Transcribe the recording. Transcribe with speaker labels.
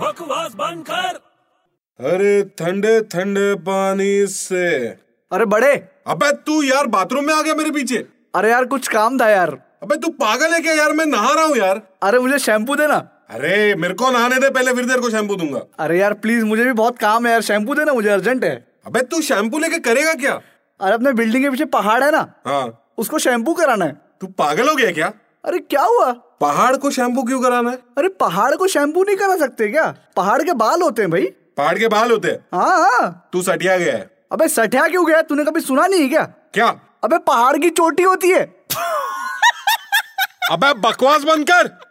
Speaker 1: बकवास बंद कर
Speaker 2: अरे ठंडे ठंडे पानी से
Speaker 3: अरे बड़े
Speaker 2: अबे तू यार बाथरूम में आ गया मेरे पीछे
Speaker 3: अरे यार कुछ काम था यार
Speaker 2: अबे तू पागल है क्या यार मैं नहा रहा हूँ यार
Speaker 3: अरे मुझे शैम्पू देना
Speaker 2: अरे मेरे को नहाने दे पहले फिर तेरे को शैम्पू दूंगा
Speaker 3: अरे यार प्लीज मुझे भी बहुत काम है यार शैम्पू देना मुझे अर्जेंट है
Speaker 2: अबे तू शैम्पू लेके करेगा क्या
Speaker 3: अरे अपने बिल्डिंग के पीछे पहाड़ है ना
Speaker 2: हाँ
Speaker 3: उसको शैम्पू कराना है
Speaker 2: तू पागल हो गया क्या
Speaker 3: अरे क्या हुआ
Speaker 2: पहाड़ को शैम्पू क्यों कराना है
Speaker 3: अरे पहाड़ को शैम्पू नहीं करा सकते क्या पहाड़ के बाल होते हैं भाई
Speaker 2: पहाड़ के बाल होते हैं
Speaker 3: हाँ हाँ
Speaker 2: तू सटिया गया है
Speaker 3: अबे सठिया क्यों गया तूने कभी सुना नहीं है क्या
Speaker 2: क्या
Speaker 3: अबे पहाड़ की चोटी होती है
Speaker 2: अबे बकवास बंद कर